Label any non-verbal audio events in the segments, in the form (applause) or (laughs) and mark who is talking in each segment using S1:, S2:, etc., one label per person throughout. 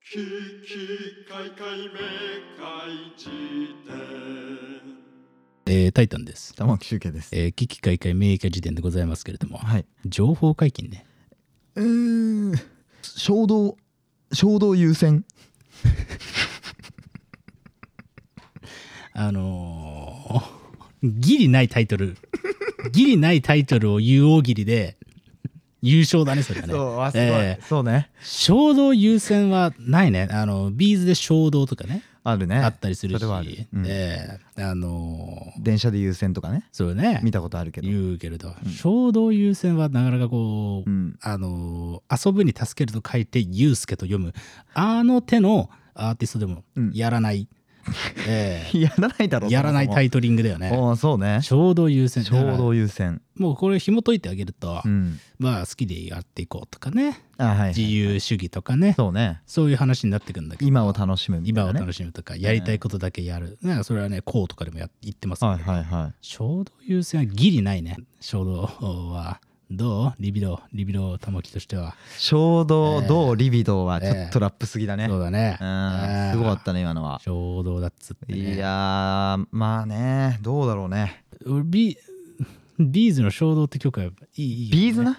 S1: ひきかいかいめかいじ
S2: えータイタンです。
S3: 玉木周慶です。
S2: えー、危機開会明快時点でございますけれども、
S3: はい。
S2: 情報解禁ね。
S3: うーん。衝動、衝動優先。
S2: あのー、ギリないタイトル、ギリないタイトルを言う大喜利で、優勝だね、それがね。
S3: そう、あすごい、
S2: えー
S3: そうね。
S2: 衝動優先はないね。あの、ビーズで衝動とかね、
S3: あるね。
S2: あったりするし、
S3: それはある。うん
S2: えーあのー、
S3: 電車で優先とかね。
S2: そうね、
S3: 見たことあるけど。
S2: 言うけれど、衝動優先はなかなかこう、
S3: うん。
S2: あのー遊ぶに助けると書いて「ユうスケ」と読むあの手のアーティストでも
S3: うん
S2: やら
S3: (laughs)
S2: ない、え
S3: やらないだろ
S2: ーやらないタ
S3: イ
S2: イトリングだよね
S3: ああ、そうね。
S2: 衝動優先
S3: 衝
S2: だから
S3: 動優先。
S2: もうこれ紐解いてあげると、
S3: うん。
S2: まあ好きでやっていこうとかね
S3: あはいはい。
S2: 自由主義とかね
S3: そうね。
S2: そういう話になってくんだけど
S3: 今を楽しむみ
S2: 今
S3: たいな、
S2: を
S3: ね。
S2: 楽しむとかやりたいことだけやる、なんかそれはねこうとかでもや言ってますけど、
S3: はいはいはい。
S2: 衝動優先はギリないね衝動はどうリビドーリビドー玉木としては
S3: 衝動、
S2: ええ
S3: どうリビドーは
S2: え
S3: ち
S2: え
S3: ょっとラップすぎだね。
S2: そうだね。
S3: うん。すごかったね、今のは。
S2: 衝動だっつって、ね。
S3: いやー、まあね、どうだろうね。
S2: 俺ビ、ビーズの衝動って曲はやっぱいいいいよね、
S3: ビーズな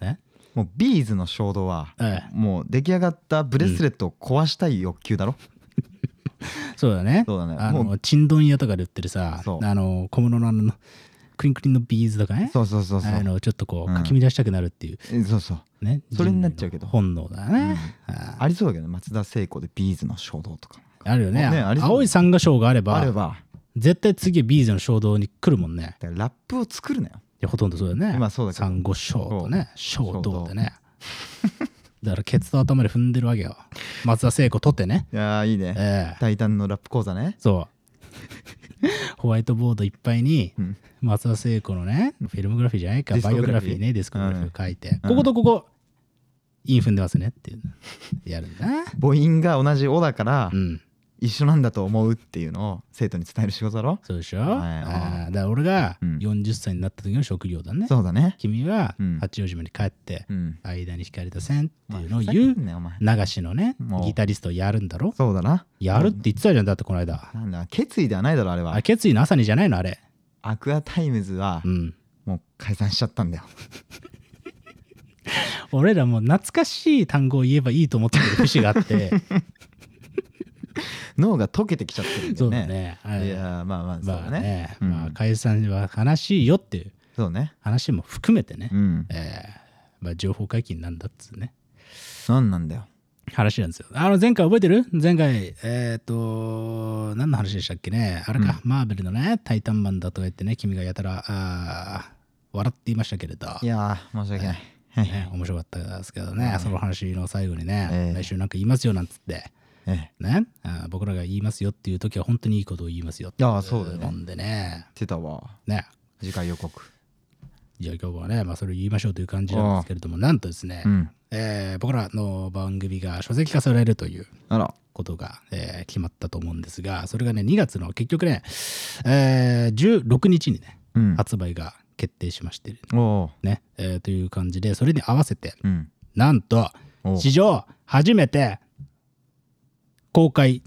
S2: え
S3: もうビーズの衝動は、
S2: え
S3: もう出来上がったブレスレットを壊したい欲求だろ、
S2: そうだね。
S3: そうだね
S2: あ
S3: も
S2: の、ちんどん屋とかで売ってるさ、
S3: そう
S2: あの、小物のあの、クリンクリンのビーズとかね。
S3: そうそうそうそう
S2: あのちょっとこ
S3: う
S2: う、
S3: ん
S2: かき乱したくなるっていう、
S3: えそうそう
S2: ね。
S3: それになっちゃうけど
S2: 人類の本能だね。あ
S3: ありそうだけどね松田聖子でビーズの衝動とか
S2: あるよね。
S3: ねありそう
S2: 青い珊瑚礁があれば、
S3: あれば
S2: 絶対次はビーズの衝動に来るもんね。
S3: だからラップを作るなよ
S2: いやほとんどそうだよね。
S3: まあそうだけど
S2: 珊瑚礁とね、
S3: う
S2: 衝動でね。 (laughs) だからケツと頭で踏んでるわけよ。松田聖子とってね。
S3: いやーいいね、
S2: ええ
S3: タイタンのラップ講座ね
S2: そう。ホワイトボードいっぱいに
S3: うん
S2: 松田聖子のね、フィルムグラフィーじゃないか、
S3: ディ
S2: バ
S3: ス
S2: イオ
S3: コ
S2: グ
S3: グ
S2: ラ
S3: ラ
S2: フ
S3: フ
S2: ィ
S3: ィー
S2: ーね、ディスコグラフィー書いて、
S3: うん
S2: こことここ、イン踏んでますねっていう。やるんだな。
S3: 母音が同じ「お」だから
S2: うん。
S3: 一緒なんだと思うっていうのを生徒に伝える仕事だろ、
S2: そうでしょ、
S3: はい
S2: ああだから俺が
S3: うん
S2: 40歳になった時の職業だね。
S3: そうだね
S2: 君は
S3: うん
S2: 八王子まで帰って、
S3: うん
S2: 間に引かれた線っていうのを
S3: ふざ
S2: 言
S3: け
S2: うん
S3: なよお前
S2: 流しのね
S3: もう
S2: ギタリストをやるんだろ
S3: そうだな
S2: やるって言ってたじゃんだってこの間
S3: なんだ決意ではないだろあれは
S2: あ決意の朝にじゃないのあれ
S3: アクアタイムズは
S2: うん
S3: もう解散しちゃったんだよ
S2: 俺らもう懐かしい単語を言えばいいと思ってる節があって
S3: (laughs) 脳が溶けてきちゃってるんだ
S2: そ
S3: よ
S2: うだ
S3: ね
S2: ねはい
S3: いやーまあまあそう
S2: ま
S3: だ
S2: あ
S3: ね,、
S2: ね、
S3: うん
S2: まあ解散は悲しいよっていう
S3: そうね
S2: 話も含めてね、
S3: うん
S2: えーまあ、情報解禁なんだっつうね
S3: 何なんだよ
S2: 話なんですよあの前回覚えてる前回えっ、と何の話でしたっけねあれか、マーベルのね「タイタンマン」だとか言ってね君がやたらあー笑っていましたけれど
S3: いやー申し訳ない、はい
S2: ね、面白かったですけどね、その話の最後にね、
S3: ええ
S2: 来週なんか言いますよなんつって、
S3: ええ
S2: ね、あ僕らが言いますよっていう時は本当にいいことを言いますよって
S3: ああそうだよね
S2: なんでね、
S3: 出たわ
S2: ね、
S3: 次回予告
S2: じゃあ今日はね、まあ、それを言いましょうという感じなんですけれども、なんとですね、
S3: うん
S2: えー僕らの番組が書籍化されるという
S3: あら
S2: ことが、えー決まったと思うんですが、それがね、2月の結局ね、えー16日にね、
S3: うん
S2: 発売が決定しまして、
S3: おお
S2: ねえーという感じで、それに合わせて、
S3: ーうん
S2: なんと
S3: おう
S2: 史上初めて公開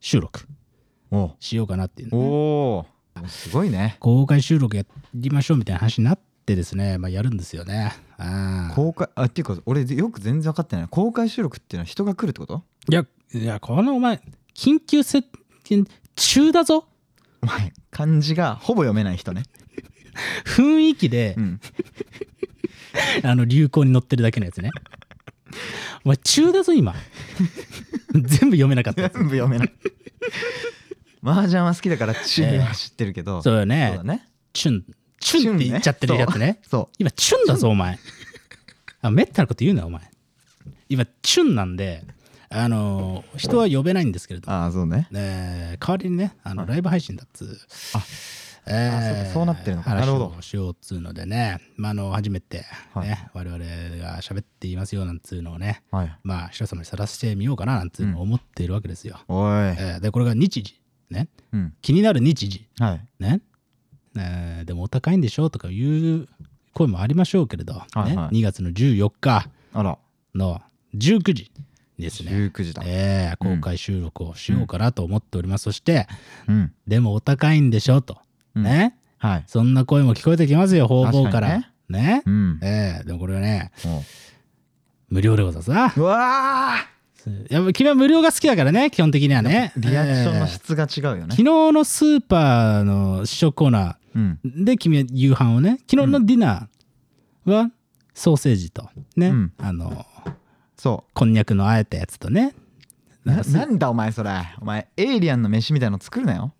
S2: 収録
S3: おう
S2: しようかなっていうね、
S3: おおすごいね
S2: 公開収録やりましょうみたいな話になってですね、まあ、やるんですよね。あー
S3: 公開あっていうか俺よく全然分かってない公開収録っていうのは人が来るってこと
S2: いやいやこのお前緊急接近中だぞ
S3: お前漢字がほぼ読めない人ね
S2: 雰囲気で
S3: う、
S2: (laughs)
S3: ん
S2: あの流行に乗ってるだけのやつね。お前中だぞ (laughs) 今全部読めなかったや
S3: 全
S2: つ
S3: 部読めない麻雀は好きだからチュンは知ってるけど、
S2: そうよ
S3: そう
S2: ね
S3: だね
S2: チュンチュンって言っちゃってるやつね
S3: そう
S2: 今チュンだぞお前あめったなこと言うなお前今チュンなんであのー人は呼べないんですけれども、
S3: ああそうね
S2: えー代わりにねあのライブ配信だっつう
S3: あ
S2: え
S3: あそうかそうなってるのか
S2: 話
S3: なるほ
S2: をしようっつうのでね、まあ、あの初めて、ね
S3: はい
S2: 我々が喋っていますよなんつうのをね
S3: はい
S2: まあ人様にさらしてみようかななんつうのを思っているわけですよ、
S3: おい、
S2: えーでこれが日時ね
S3: うん
S2: 気になる日時
S3: はい
S2: ね、えーでもお高いんでしょとかいう声もありましょうけれど、
S3: いは
S2: ね、
S3: い
S2: 2月の14日
S3: あら
S2: の19時ですね。
S3: 19時だ、
S2: ええ公開収録をしようかなと思っております。そして、
S3: うん
S2: でもお高いんでしょと。
S3: うん
S2: ね。
S3: はい
S2: そんな声も聞こえてきますよ、方々から。
S3: 確
S2: ね。ね
S3: うん
S2: ええでもこれはね、
S3: おう
S2: 無料でございます。
S3: うわあ
S2: やっぱ君は無料が好きだからね、基本的にはね。
S3: リアクションの
S2: ええ
S3: 質が違うよ
S2: 昨
S3: ね
S2: 日のスーパーの試食コーナ
S3: うん
S2: ーで君は夕飯をね、昨日のディナーはソーセージとね、
S3: うん
S2: あの、
S3: そ
S2: こんにゃくのあえたやつとね。
S3: うななんだお前それお前エイリアンの飯みたいの作るなよ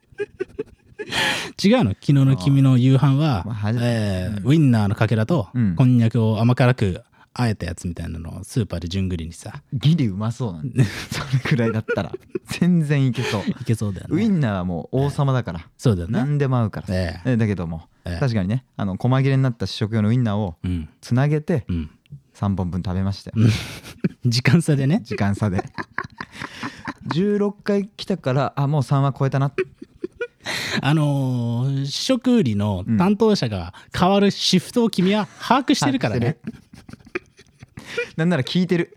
S2: 違うの昨日の君の夕飯は、
S3: まあはじ
S2: えーウインナーのかけらと、
S3: うん
S2: こんにゃくを甘辛くあえたやつみたいなのをスーパーで順繰りにさ
S3: ギリうまそうな
S2: (laughs)
S3: んでそれくらいだったら全然いけそう
S2: いけそうだよね
S3: ウインナーはもう王様だから
S2: そうだよね
S3: 何でも合うから
S2: ええ
S3: えだけども
S2: ええ
S3: 確かにねあの細切れになった試食用のウインナーを
S2: うん
S3: つなげて
S2: うん
S3: 3本分食べましたよ
S2: 時間差で
S3: (laughs)
S2: ね
S3: 時間差
S2: (laughs)
S3: で16回来たからあもう3は超えたな
S2: あのー試食売りの担当者が変わるシフトを君は把握してるからね、
S3: なんなら聞いてる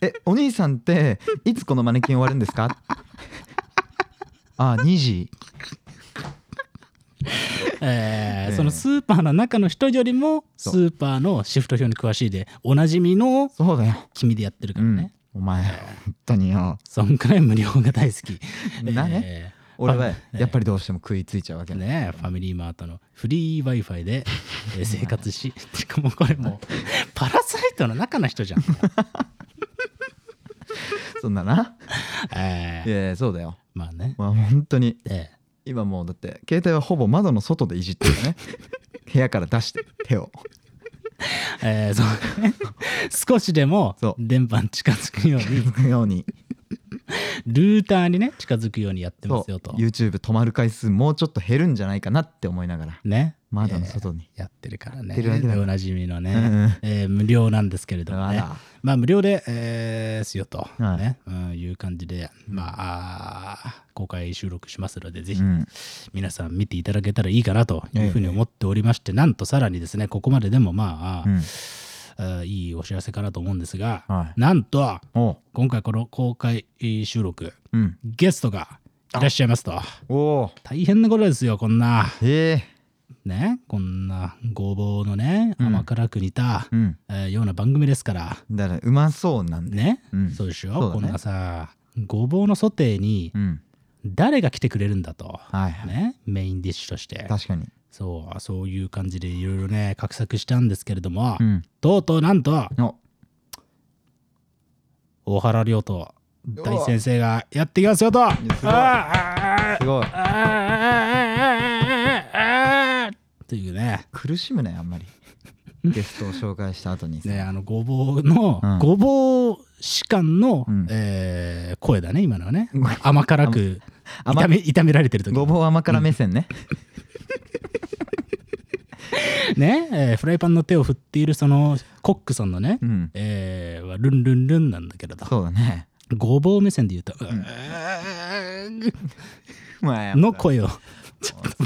S3: えお兄さんっていつこのマネキン終わるんですかあ2時
S2: えー
S3: (laughs) ええ
S2: そのスーパーの中の人よりもス
S3: そう
S2: ーパーのシフト表に詳しいでおなじみの
S3: そうだよ、
S2: 君でやってるか
S3: う
S2: ら
S3: ん
S2: ね、、
S3: お前本当によ
S2: そんくらい無料が大好き
S3: なね、
S2: えー
S3: 俺は
S2: ええ
S3: やっぱりどうしても食いついちゃうわけね
S2: ねファミリーマートのフリー Wi-Fi でえー生活し、しかもこれもう、パラサイトの中の人
S3: (laughs)
S2: じゃん。
S3: そんなな
S2: え
S3: い
S2: ー
S3: やいやそうだよ
S2: まあね。
S3: まあ本当に
S2: え
S3: 今もうだって携帯はほぼ窓の外でいじってるよ
S2: (laughs)
S3: ね部屋から出して手を
S2: ーえーそう (laughs) 少しでも
S3: そう
S2: 電波に近づくように、
S3: ように
S2: ルーターにね、近づくようにやって
S3: そ
S2: ます
S3: う
S2: よと。
S3: YouTube 止まる回数もうちょっと減るんじゃないかなって思いながら
S2: ね。
S3: 窓の外に、
S2: やってるからね。
S3: やってるわけだ
S2: おなじみのね、
S3: うんうん
S2: えー無料なんですけれども
S3: あ
S2: ね
S3: ら。
S2: まあ無料で、えーすよと、
S3: はい
S2: ねうん、いう感じで、まああー、公開収録しますので、ぜひ
S3: うん
S2: 皆さん見ていただけたらいいかなというふうに思っておりまして、なんとさらにですね、ここまででもまあ、
S3: うん
S2: あーいいお知らせかなと思うんですが、
S3: はい
S2: なんと、
S3: おう
S2: 今回この公開収録、
S3: うん
S2: ゲストがいらっしゃいますと。
S3: おお
S2: 大変なことですよ、こんな。
S3: へえ
S2: ね、こんなごぼうのね、
S3: うん
S2: 甘辛く煮た、
S3: うん
S2: えーような番組ですから、
S3: だからうまそうなんで
S2: ね、
S3: うん
S2: そうでしょ、
S3: そうだ
S2: こ
S3: ね
S2: んなさ、ごぼうのソテーに
S3: うん
S2: 誰が来てくれるんだと、
S3: はいはい、
S2: ね、メインディッシュとして。
S3: 確かに
S2: そう、そういう感じでいろいろね、画策したんですけれども、
S3: うん
S2: とうとうなんと、
S3: お
S2: 大原亮と大先生がやってきますよとあ
S3: い
S2: ーあーあー
S3: すごい
S2: あーあーあーあーあーあーというね、
S3: 苦しむねあんまり
S2: (laughs)
S3: ゲストを紹介した後にさ
S2: ね、あの、ごぼうの、
S3: うん
S2: ごぼう士官の、
S3: うん
S2: えー声だね、今のは
S3: (laughs)
S2: ね
S3: うん。
S2: 甘辛く
S3: 甘
S2: 炒め炒められてる時
S3: ごぼう甘辛目線ね、
S2: ね、えーフライパンの手を振っているそのコックさんのね、
S3: うん
S2: えーはルンルンルンなんだけれど、
S3: そうだね
S2: ごぼう目線で言うと、
S3: まあ
S2: の声
S3: (laughs)
S2: を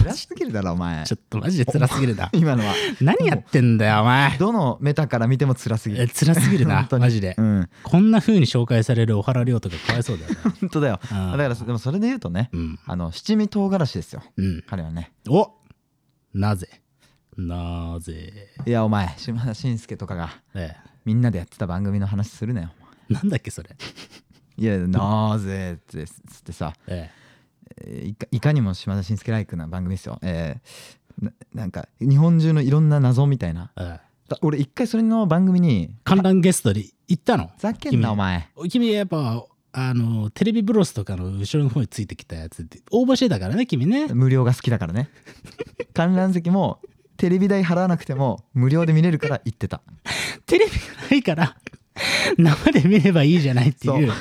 S3: 辛すぎるだろお前
S2: ちょっとマジで辛すぎるな
S3: 今のは
S2: 何やってんだよお前
S3: (laughs) どのメタから見ても辛すぎ
S2: え
S3: る
S2: 辛すぎるな
S3: 本当に
S2: マジで、
S3: うん
S2: こんな風に紹介される小原亮とかかわいそうだよね
S3: (laughs) 本当だよだ
S2: あー
S3: からそでもそれで言うとね、
S2: うん
S3: あの七味唐辛子ですよ
S2: うん
S3: 彼はね
S2: おなぜなぜ、
S3: いやお前島田紳介とかが
S2: え
S3: みんなでやってた番組の話するなよ
S2: え、なんだっけそれ、
S3: いやなぜってつってさ
S2: え
S3: えーいかいかにも島田紳介ライクな番組ですよえーななんか日本中のいろんな謎みたいな
S2: えええ、
S3: だ俺一回それの番組に
S2: 観覧ゲストで行ったの
S3: ふざけんなお前
S2: 君やっぱあのテレビブロスとかの後ろの方についてきたやつって応募してたからね君ね
S3: 無料が好きだからね (laughs) 観覧席もテレビ代払わなくても無料で見れるから行ってた
S2: テレビがないから生で見ればいいじゃないっていう
S3: そう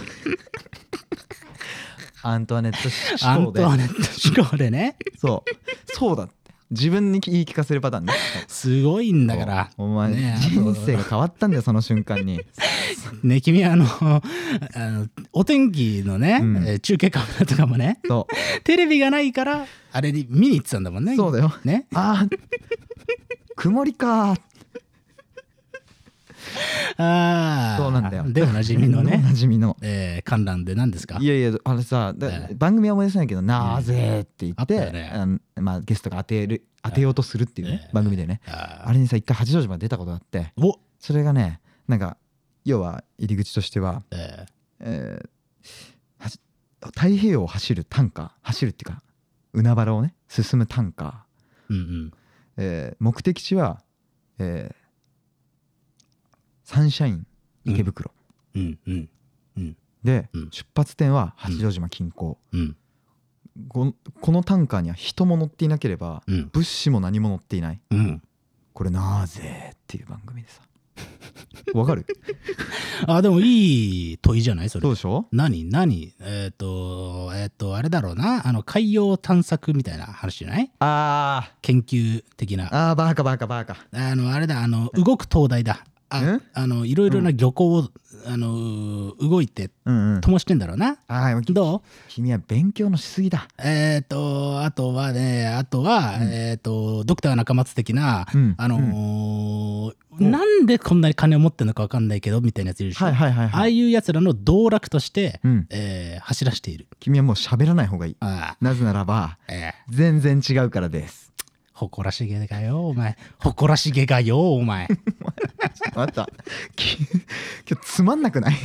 S3: (laughs) アントワネット・シ
S2: アン
S3: ュ
S2: トワネ
S3: で
S2: ット思考で
S3: (laughs)
S2: ね
S3: そうそうだって自分に言い聞かせるパターンね
S2: すごいんだから
S3: お前、
S2: ねえ
S3: 人生が変わったんだよその瞬間に
S2: ね君あの (laughs) あのお天気のね、
S3: うん
S2: えー中継カメラとかもね
S3: そ
S2: テレビがないからあれに見に行ってたんだもんね
S3: う (laughs) そうだよ
S2: ね
S3: あー曇りかー
S2: ああ
S3: そうなんだよ
S2: でおなじみの
S3: おな (laughs)
S2: ね、
S3: じみの
S2: えー、観覧で何ですか
S3: いやいやあれさだ
S2: ええ
S3: 番組は思い出せないけど「なぜ?」って言
S2: あ
S3: っ
S2: ったよ
S3: て、
S2: ね
S3: あのまあ、ゲストが当てる当てようとするっていうね
S2: ええ
S3: 番組でね
S2: あー
S3: あれにさ一回八丈島で出たことがあって
S2: お、
S3: それがねなんか要は入り口としては、
S2: え
S3: えーはし太平洋を走る単価走るっていうか海原をね進む単価、
S2: ー、うん
S3: えー目的地は、えーサンシャイン池袋、
S2: うんうんうん
S3: で、
S2: うん
S3: 出発点は八丈島近郊、
S2: うん
S3: ここのタンカーには人も乗っていなければ
S2: うん
S3: 物資も何も乗っていない
S2: うん
S3: これなぜっていう番組で
S2: (laughs)
S3: さわかる
S2: あでもいい問いじゃないそれ
S3: どうでしょう
S2: 何何えっ、とえっ、とあれだろうなあの海洋探索みたいな話じゃない
S3: あ
S2: 研究的な
S3: ーあーバーカバーカバーカ
S2: あのあれだあの動く灯台だあ
S3: ん
S2: あのいろいろな漁港を、あの動いて
S3: うんうん
S2: 灯してんだろうな
S3: あーき
S2: どう
S3: 君は勉強のしすぎだ
S2: えっ、とあとはねあとは、えっ、とドクター中松的な、
S3: うん
S2: あのーなんでこんなに金を持ってんのか分かんないけどみたいなやついるでしょ、
S3: はいはいはい
S2: ああ
S3: はい
S2: いうやつらの道楽として、
S3: うん
S2: えー走らしている
S3: 君はもう喋らない方がいい
S2: あ
S3: なぜならば
S2: あえー
S3: 全然違うからです
S2: 誇らしげがよお前誇らしげがよお前
S3: あったき (laughs) 今日つまんなくないい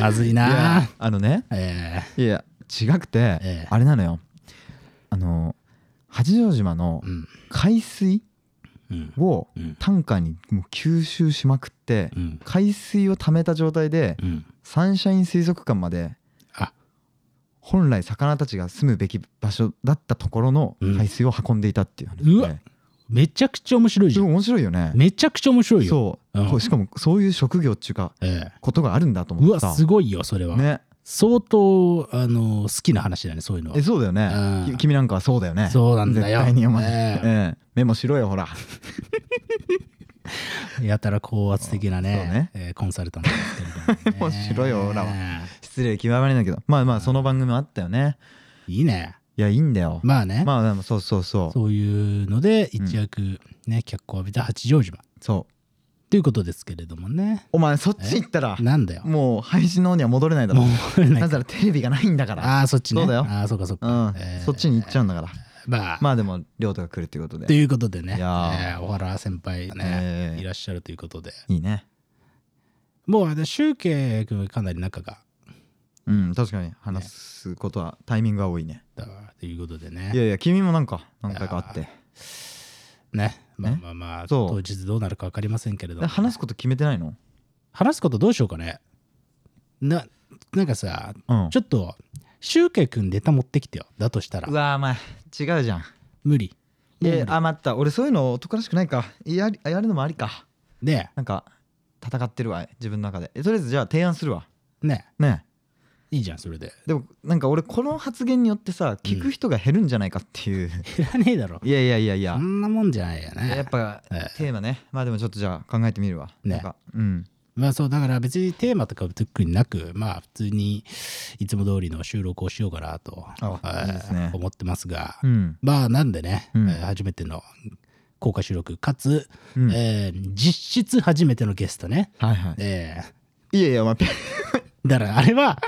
S2: まずい
S3: や
S2: な
S3: あのね
S2: え
S3: いや違くて、
S2: ええ
S3: あれなのよあの八丈島の
S2: ーうん
S3: 海水
S2: うん
S3: を
S2: うん
S3: タンカーにもう吸収しまくって
S2: うん
S3: 海水を溜めた状態で
S2: うん
S3: サンシャイン水族館まで
S2: あ
S3: 本来魚たちが住むべき場所だったところの
S2: うん
S3: 海水を運んでいたっていう話
S2: うわ
S3: で
S2: めちゃくちゃ面白いじ
S3: す
S2: ゃん
S3: ごい面白いよね
S2: めちゃくちゃ面白いよ
S3: そう、
S2: うん
S3: こうしかもそういう職業っていうか
S2: ええ
S3: ことがあるんだと
S2: う
S3: 思っ
S2: わ
S3: てさ
S2: すごいよそれは、
S3: ね
S2: 相当あの好きな話だねそういうのは
S3: えそうだよ
S2: う
S3: ね
S2: ん
S3: き君なんかはそうだよね
S2: そうなんだよ
S3: 絶対に読まない、
S2: ええ
S3: ええメモしろよほら
S2: やたら高圧的な
S3: そうね
S2: ねえーコンサルタントやってるからね
S3: (laughs) 面白いよオラは
S2: ねえ
S3: 失礼極まりないけどまあまあその番組もあったよね
S2: いいね
S3: いやいいんだよ
S2: まあね、
S3: まあでもそうそうそう
S2: そういうので一躍ね、脚光を浴びた八丈島
S3: そう
S2: ということですけれどもね
S3: お前そっち行ったら
S2: なんだよ
S3: もう配信の方には戻れないだろ
S2: もうなん
S3: な
S2: か
S3: ぜならテレビがないんだから
S2: ああそっちね
S3: そうだよ
S2: ああそうかそう
S3: う
S2: か、
S3: ん、
S2: えー
S3: そっちに行っちゃうんだから
S2: まあ
S3: まあでも亮太が来るっていうこと
S2: と
S3: で
S2: いうことでね、え
S3: いやー
S2: ー小原先輩ね、
S3: ええ
S2: いらっしゃるということで
S3: いいね
S2: もうあの集計君かなり仲が
S3: うん確かに話すことはタイミングが多いね
S2: だわということで
S3: い
S2: ね
S3: やいや君もなんか何回かあっ
S2: い
S3: て
S2: ねまあまあまあ
S3: そう
S2: 当日どうなるか分かりませんけれども
S3: 話すこと決めてないの
S2: 話すことどうしようかねななんかさ
S3: うん
S2: ちょっと集計君ネタ持ってきてよだとしたら
S3: うわお前違うじゃん
S2: 無理
S3: えあ待った俺そういうの男らしくないかやりやるのもありか
S2: で
S3: なんか戦ってるわ自分の中でえとりあえずじゃあ提案するわ
S2: ね
S3: ね
S2: いいじゃんそれで (laughs)
S3: でもなんか俺この発言によってさ聞く人が減るんじゃないかっていう、 (laughs)
S2: いらねえだろ
S3: いやいやいやいや
S2: そんなもんじゃないよ
S3: やっ
S2: ね
S3: ぱ
S2: え
S3: テーマねまあでもちょっとじゃあ考えてみるわ
S2: ね
S3: なんかうん
S2: まあそうだから別にテーマとか特になくまあ普通にいつも通りの収録をしようかなと
S3: あ
S2: えー
S3: いいですね
S2: 思ってますが
S3: うん
S2: まあなんでね、
S3: うん
S2: えー初めての公開収録かつ、
S3: うん
S2: えー実質初めてのゲストね、
S3: はいは
S2: え
S3: いいやいや
S2: (laughs)
S3: お前ペ
S2: ーだからあれ
S3: (laughs)
S2: は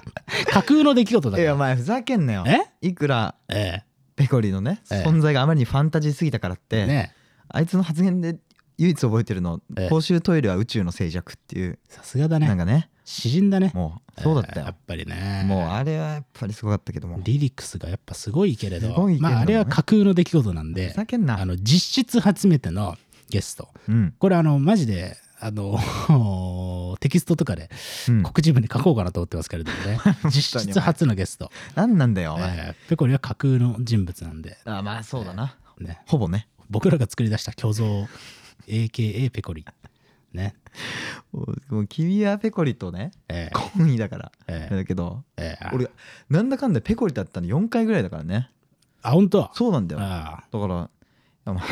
S2: 架空の出来事だ
S3: い
S2: か
S3: やお
S2: ら
S3: 前ふざけんなよ
S2: え
S3: いくら
S2: え
S3: ペコリのね
S2: ええ
S3: 存在があまりにファンタジーすぎたからっ
S2: え
S3: て、
S2: ね
S3: あいつの発言で唯一覚えてるの、
S2: ええ
S3: 公衆トイレは宇宙の静寂っていう、
S2: さすがだ
S3: なん
S2: ね
S3: かね
S2: 詩人だね
S3: もうそうだった
S2: えーや
S3: よ
S2: っ、ぱりね
S3: もうあれはやっぱりすごかったけども
S2: リリックスがやっぱすごいけれど
S3: すごいけれどもね
S2: まあ、あれは架空の出来事なん
S3: ふ
S2: で
S3: ざけん
S2: あ
S3: な
S2: の実質初めてのゲスト
S3: うん、
S2: これあのマジであの (laughs) テキストとかで
S3: うん、
S2: 告知文に書こうかなと思ってますけれども
S3: (laughs)
S2: ね実質初のゲスト
S3: 何なんだよお前、
S2: えーペコリは架空の人物なんで、
S3: あまあそうだな、
S2: ね、
S3: ほぼね
S2: 僕らが作り出した虚像 AKA ペコリね
S3: もうもう君はペコリとね
S2: えー
S3: 懇意だから、
S2: えー
S3: だけど
S2: えー
S3: 俺なんだかんだペコリだったの4回ぐらいだからね
S2: あ本当
S3: そうなんだよだか
S2: あ
S3: らいや
S2: (laughs)
S3: まあ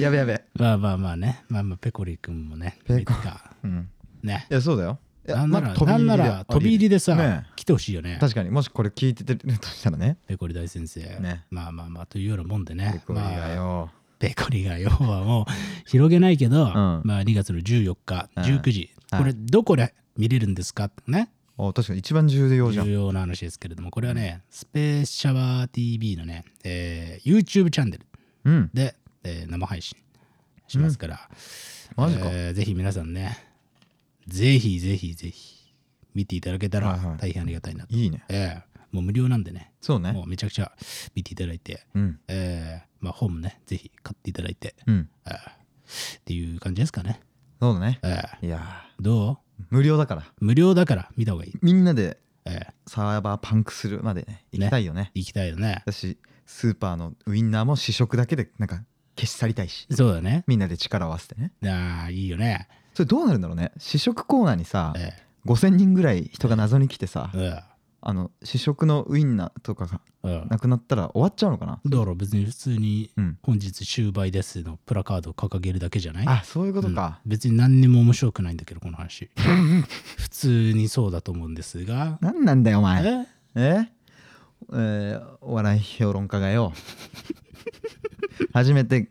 S3: やべやべ
S2: ーまあまあまあねまあまあペコリ君もね
S3: ペコ
S2: いつか
S3: うん
S2: ね
S3: いやそうだよいや
S2: なんな
S3: ま
S2: ら
S3: だ
S2: なんな
S3: で
S2: ら飛び入りでさ、
S3: ね
S2: 来てほしいよね
S3: 確かにもしこれ聞いてるとしたらね
S2: ペコリ大先生、
S3: ね
S2: まあまあまあというようなもんでね
S3: ペコリが
S2: まあ
S3: よ
S2: ペコリが要はもう広げないけど、
S3: ん
S2: まあ、2月の14日
S3: うん
S2: 19時、
S3: はい
S2: これどこで見れるんですかってね
S3: あ確かに一番重要じゃん
S2: 重要な話ですけれどもこれはねスペースシャワー TV のね、えー YouTube チャンネル
S3: うん
S2: で、えー生配信しますから、
S3: マジか
S2: えーぜひ皆さんねぜひぜひぜひ見ていただけたら
S3: はいはい
S2: 大変ありがたいなと、
S3: いいね
S2: えーもう無料なんでね
S3: そうね
S2: もうめちゃくちゃ見ていただいて、
S3: うん
S2: えーまあ、本もねぜひ買っていただいて、
S3: うん
S2: えーっていう感じですかね、
S3: そうだね
S2: えー
S3: いや
S2: ど
S3: ー無料だから
S2: う無料だから見た方がいい、
S3: みんなで
S2: えー
S3: サーバーパンクするまでね行きたいよね
S2: 行きたいよね
S3: だしスーパーのウインナーも試食だけでなんか消し去りたいし
S2: そうだね
S3: みんなで力を合わせてね
S2: あーいいよね、
S3: それどうなるんだろうね試食コーナーにさ
S2: え
S3: 5,000人ぐらい人が謎に来てさ
S2: ー
S3: あの試食のウインナーとかが
S2: うんうん
S3: なくなったら終わっちゃうのかな
S2: だから別に普通に
S3: うん
S2: 「本日終売です」のプラカードを掲げるだけじゃない
S3: あそういうことか、
S2: うん別に何にも面白くないんだけどこの
S3: (laughs)
S2: 話普通にそうだと思うんですが
S3: 何なんだよお前
S2: え
S3: ええーお笑い評論家
S2: (laughs)
S3: がよ初めて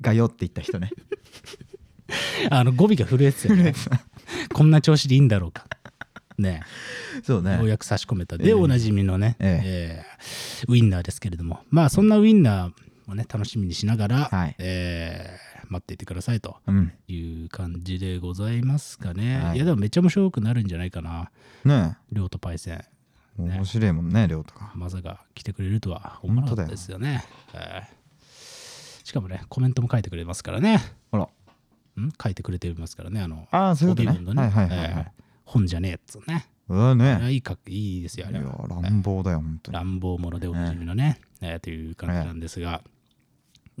S3: がよって言った人ね
S2: あの語尾が震えてたよ
S3: (laughs)
S2: ねこんな調子でいいんだろうかね
S3: そうね
S2: ようやく差し込めたでおなじみのね、え
S3: え
S2: ーウインナーですけれどもまあそんなウインナーをね楽しみにしながら、
S3: はい
S2: えー待っていてくださいと
S3: うん
S2: いう感じでございますかね、
S3: はい
S2: い、やでもめっちゃ面白くなるんじゃないかな
S3: ね
S2: 両とパイセン
S3: え面白いもんね亮とか
S2: まさか来てくれるとは思わなかったですよね。えーしかもね、コメントも書いてくれますからね。
S3: ほら
S2: ん書いてくれてますからね。あの、
S3: ああそういうこと
S2: 帯
S3: ね
S2: 文のね、
S3: はいはいはいはい
S2: えー本じゃねえっつうね。
S3: うわね
S2: いいかいいですよ、あ
S3: い
S2: れ
S3: や
S2: は。
S3: 乱暴だよ本当に
S2: 乱暴者でおなじみのね、えーという感じなんですが。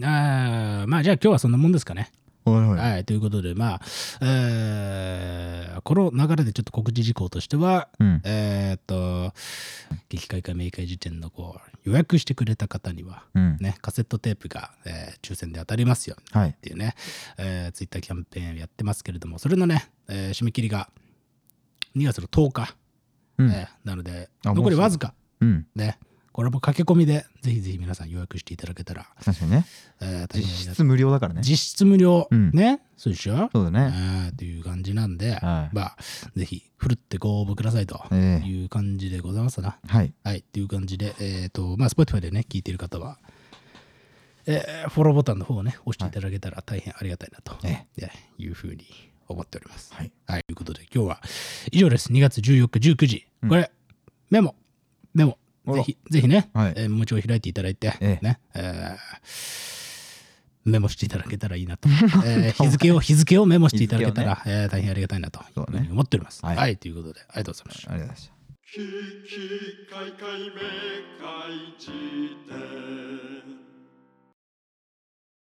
S2: あーまあじゃあ今日はそんなもんですかね。
S3: おいおい
S2: はい、ということで、まあ、えーこの流れでちょっと告知事項としては、
S3: うん
S2: えーっと、激会か明快時点のこう予約してくれた方には、
S3: うん
S2: ね、カセットテープが、えー抽選で当たりますよっ
S3: はい
S2: ていうね、えー、ツイッターキャンペーンやってますけれども、それのね、えー締め切りが2月の10日、
S3: うん
S2: えーなので、
S3: あもう
S2: 残りわずか、
S3: うん
S2: ね、これも駆け込みで、ぜひぜひ皆さん予約していただけたら、
S3: 確かにね
S2: えー大変あり
S3: 実
S2: がたい
S3: 質無料だからね
S2: 実質無料、
S3: うん
S2: ね、そうでしょ
S3: そうだね
S2: えーという感じなんで、
S3: はい
S2: まあ、ぜひ、ふるってご応募くださいと
S3: ええ
S2: いう感じでございますな。
S3: はい
S2: はい、という感じで、えっ、と、まあ、Spotify でね、聞いてる方は、えーフォローボタンの方をね、押していただけたら大変ありがたいなと、
S3: え
S2: えーいうふうに思っております。
S3: はい、
S2: ということで、今日は以上です。2月14日、19時。これ、メモ、メモ、
S3: あら
S2: ぜひ、ぜひね、
S3: はい
S2: えー、もう一度開いていただいて、
S3: ええ
S2: ね、えーメモしていただけたらいいな
S3: (laughs)
S2: と、えー日付を日付をメモしていただけたら、えー大変ありがたいなというふうに思っております。
S3: そうね
S2: は、
S3: はい
S2: ということでありがとうございました。
S3: ありがとうございました
S1: キキカイカイめかいじてん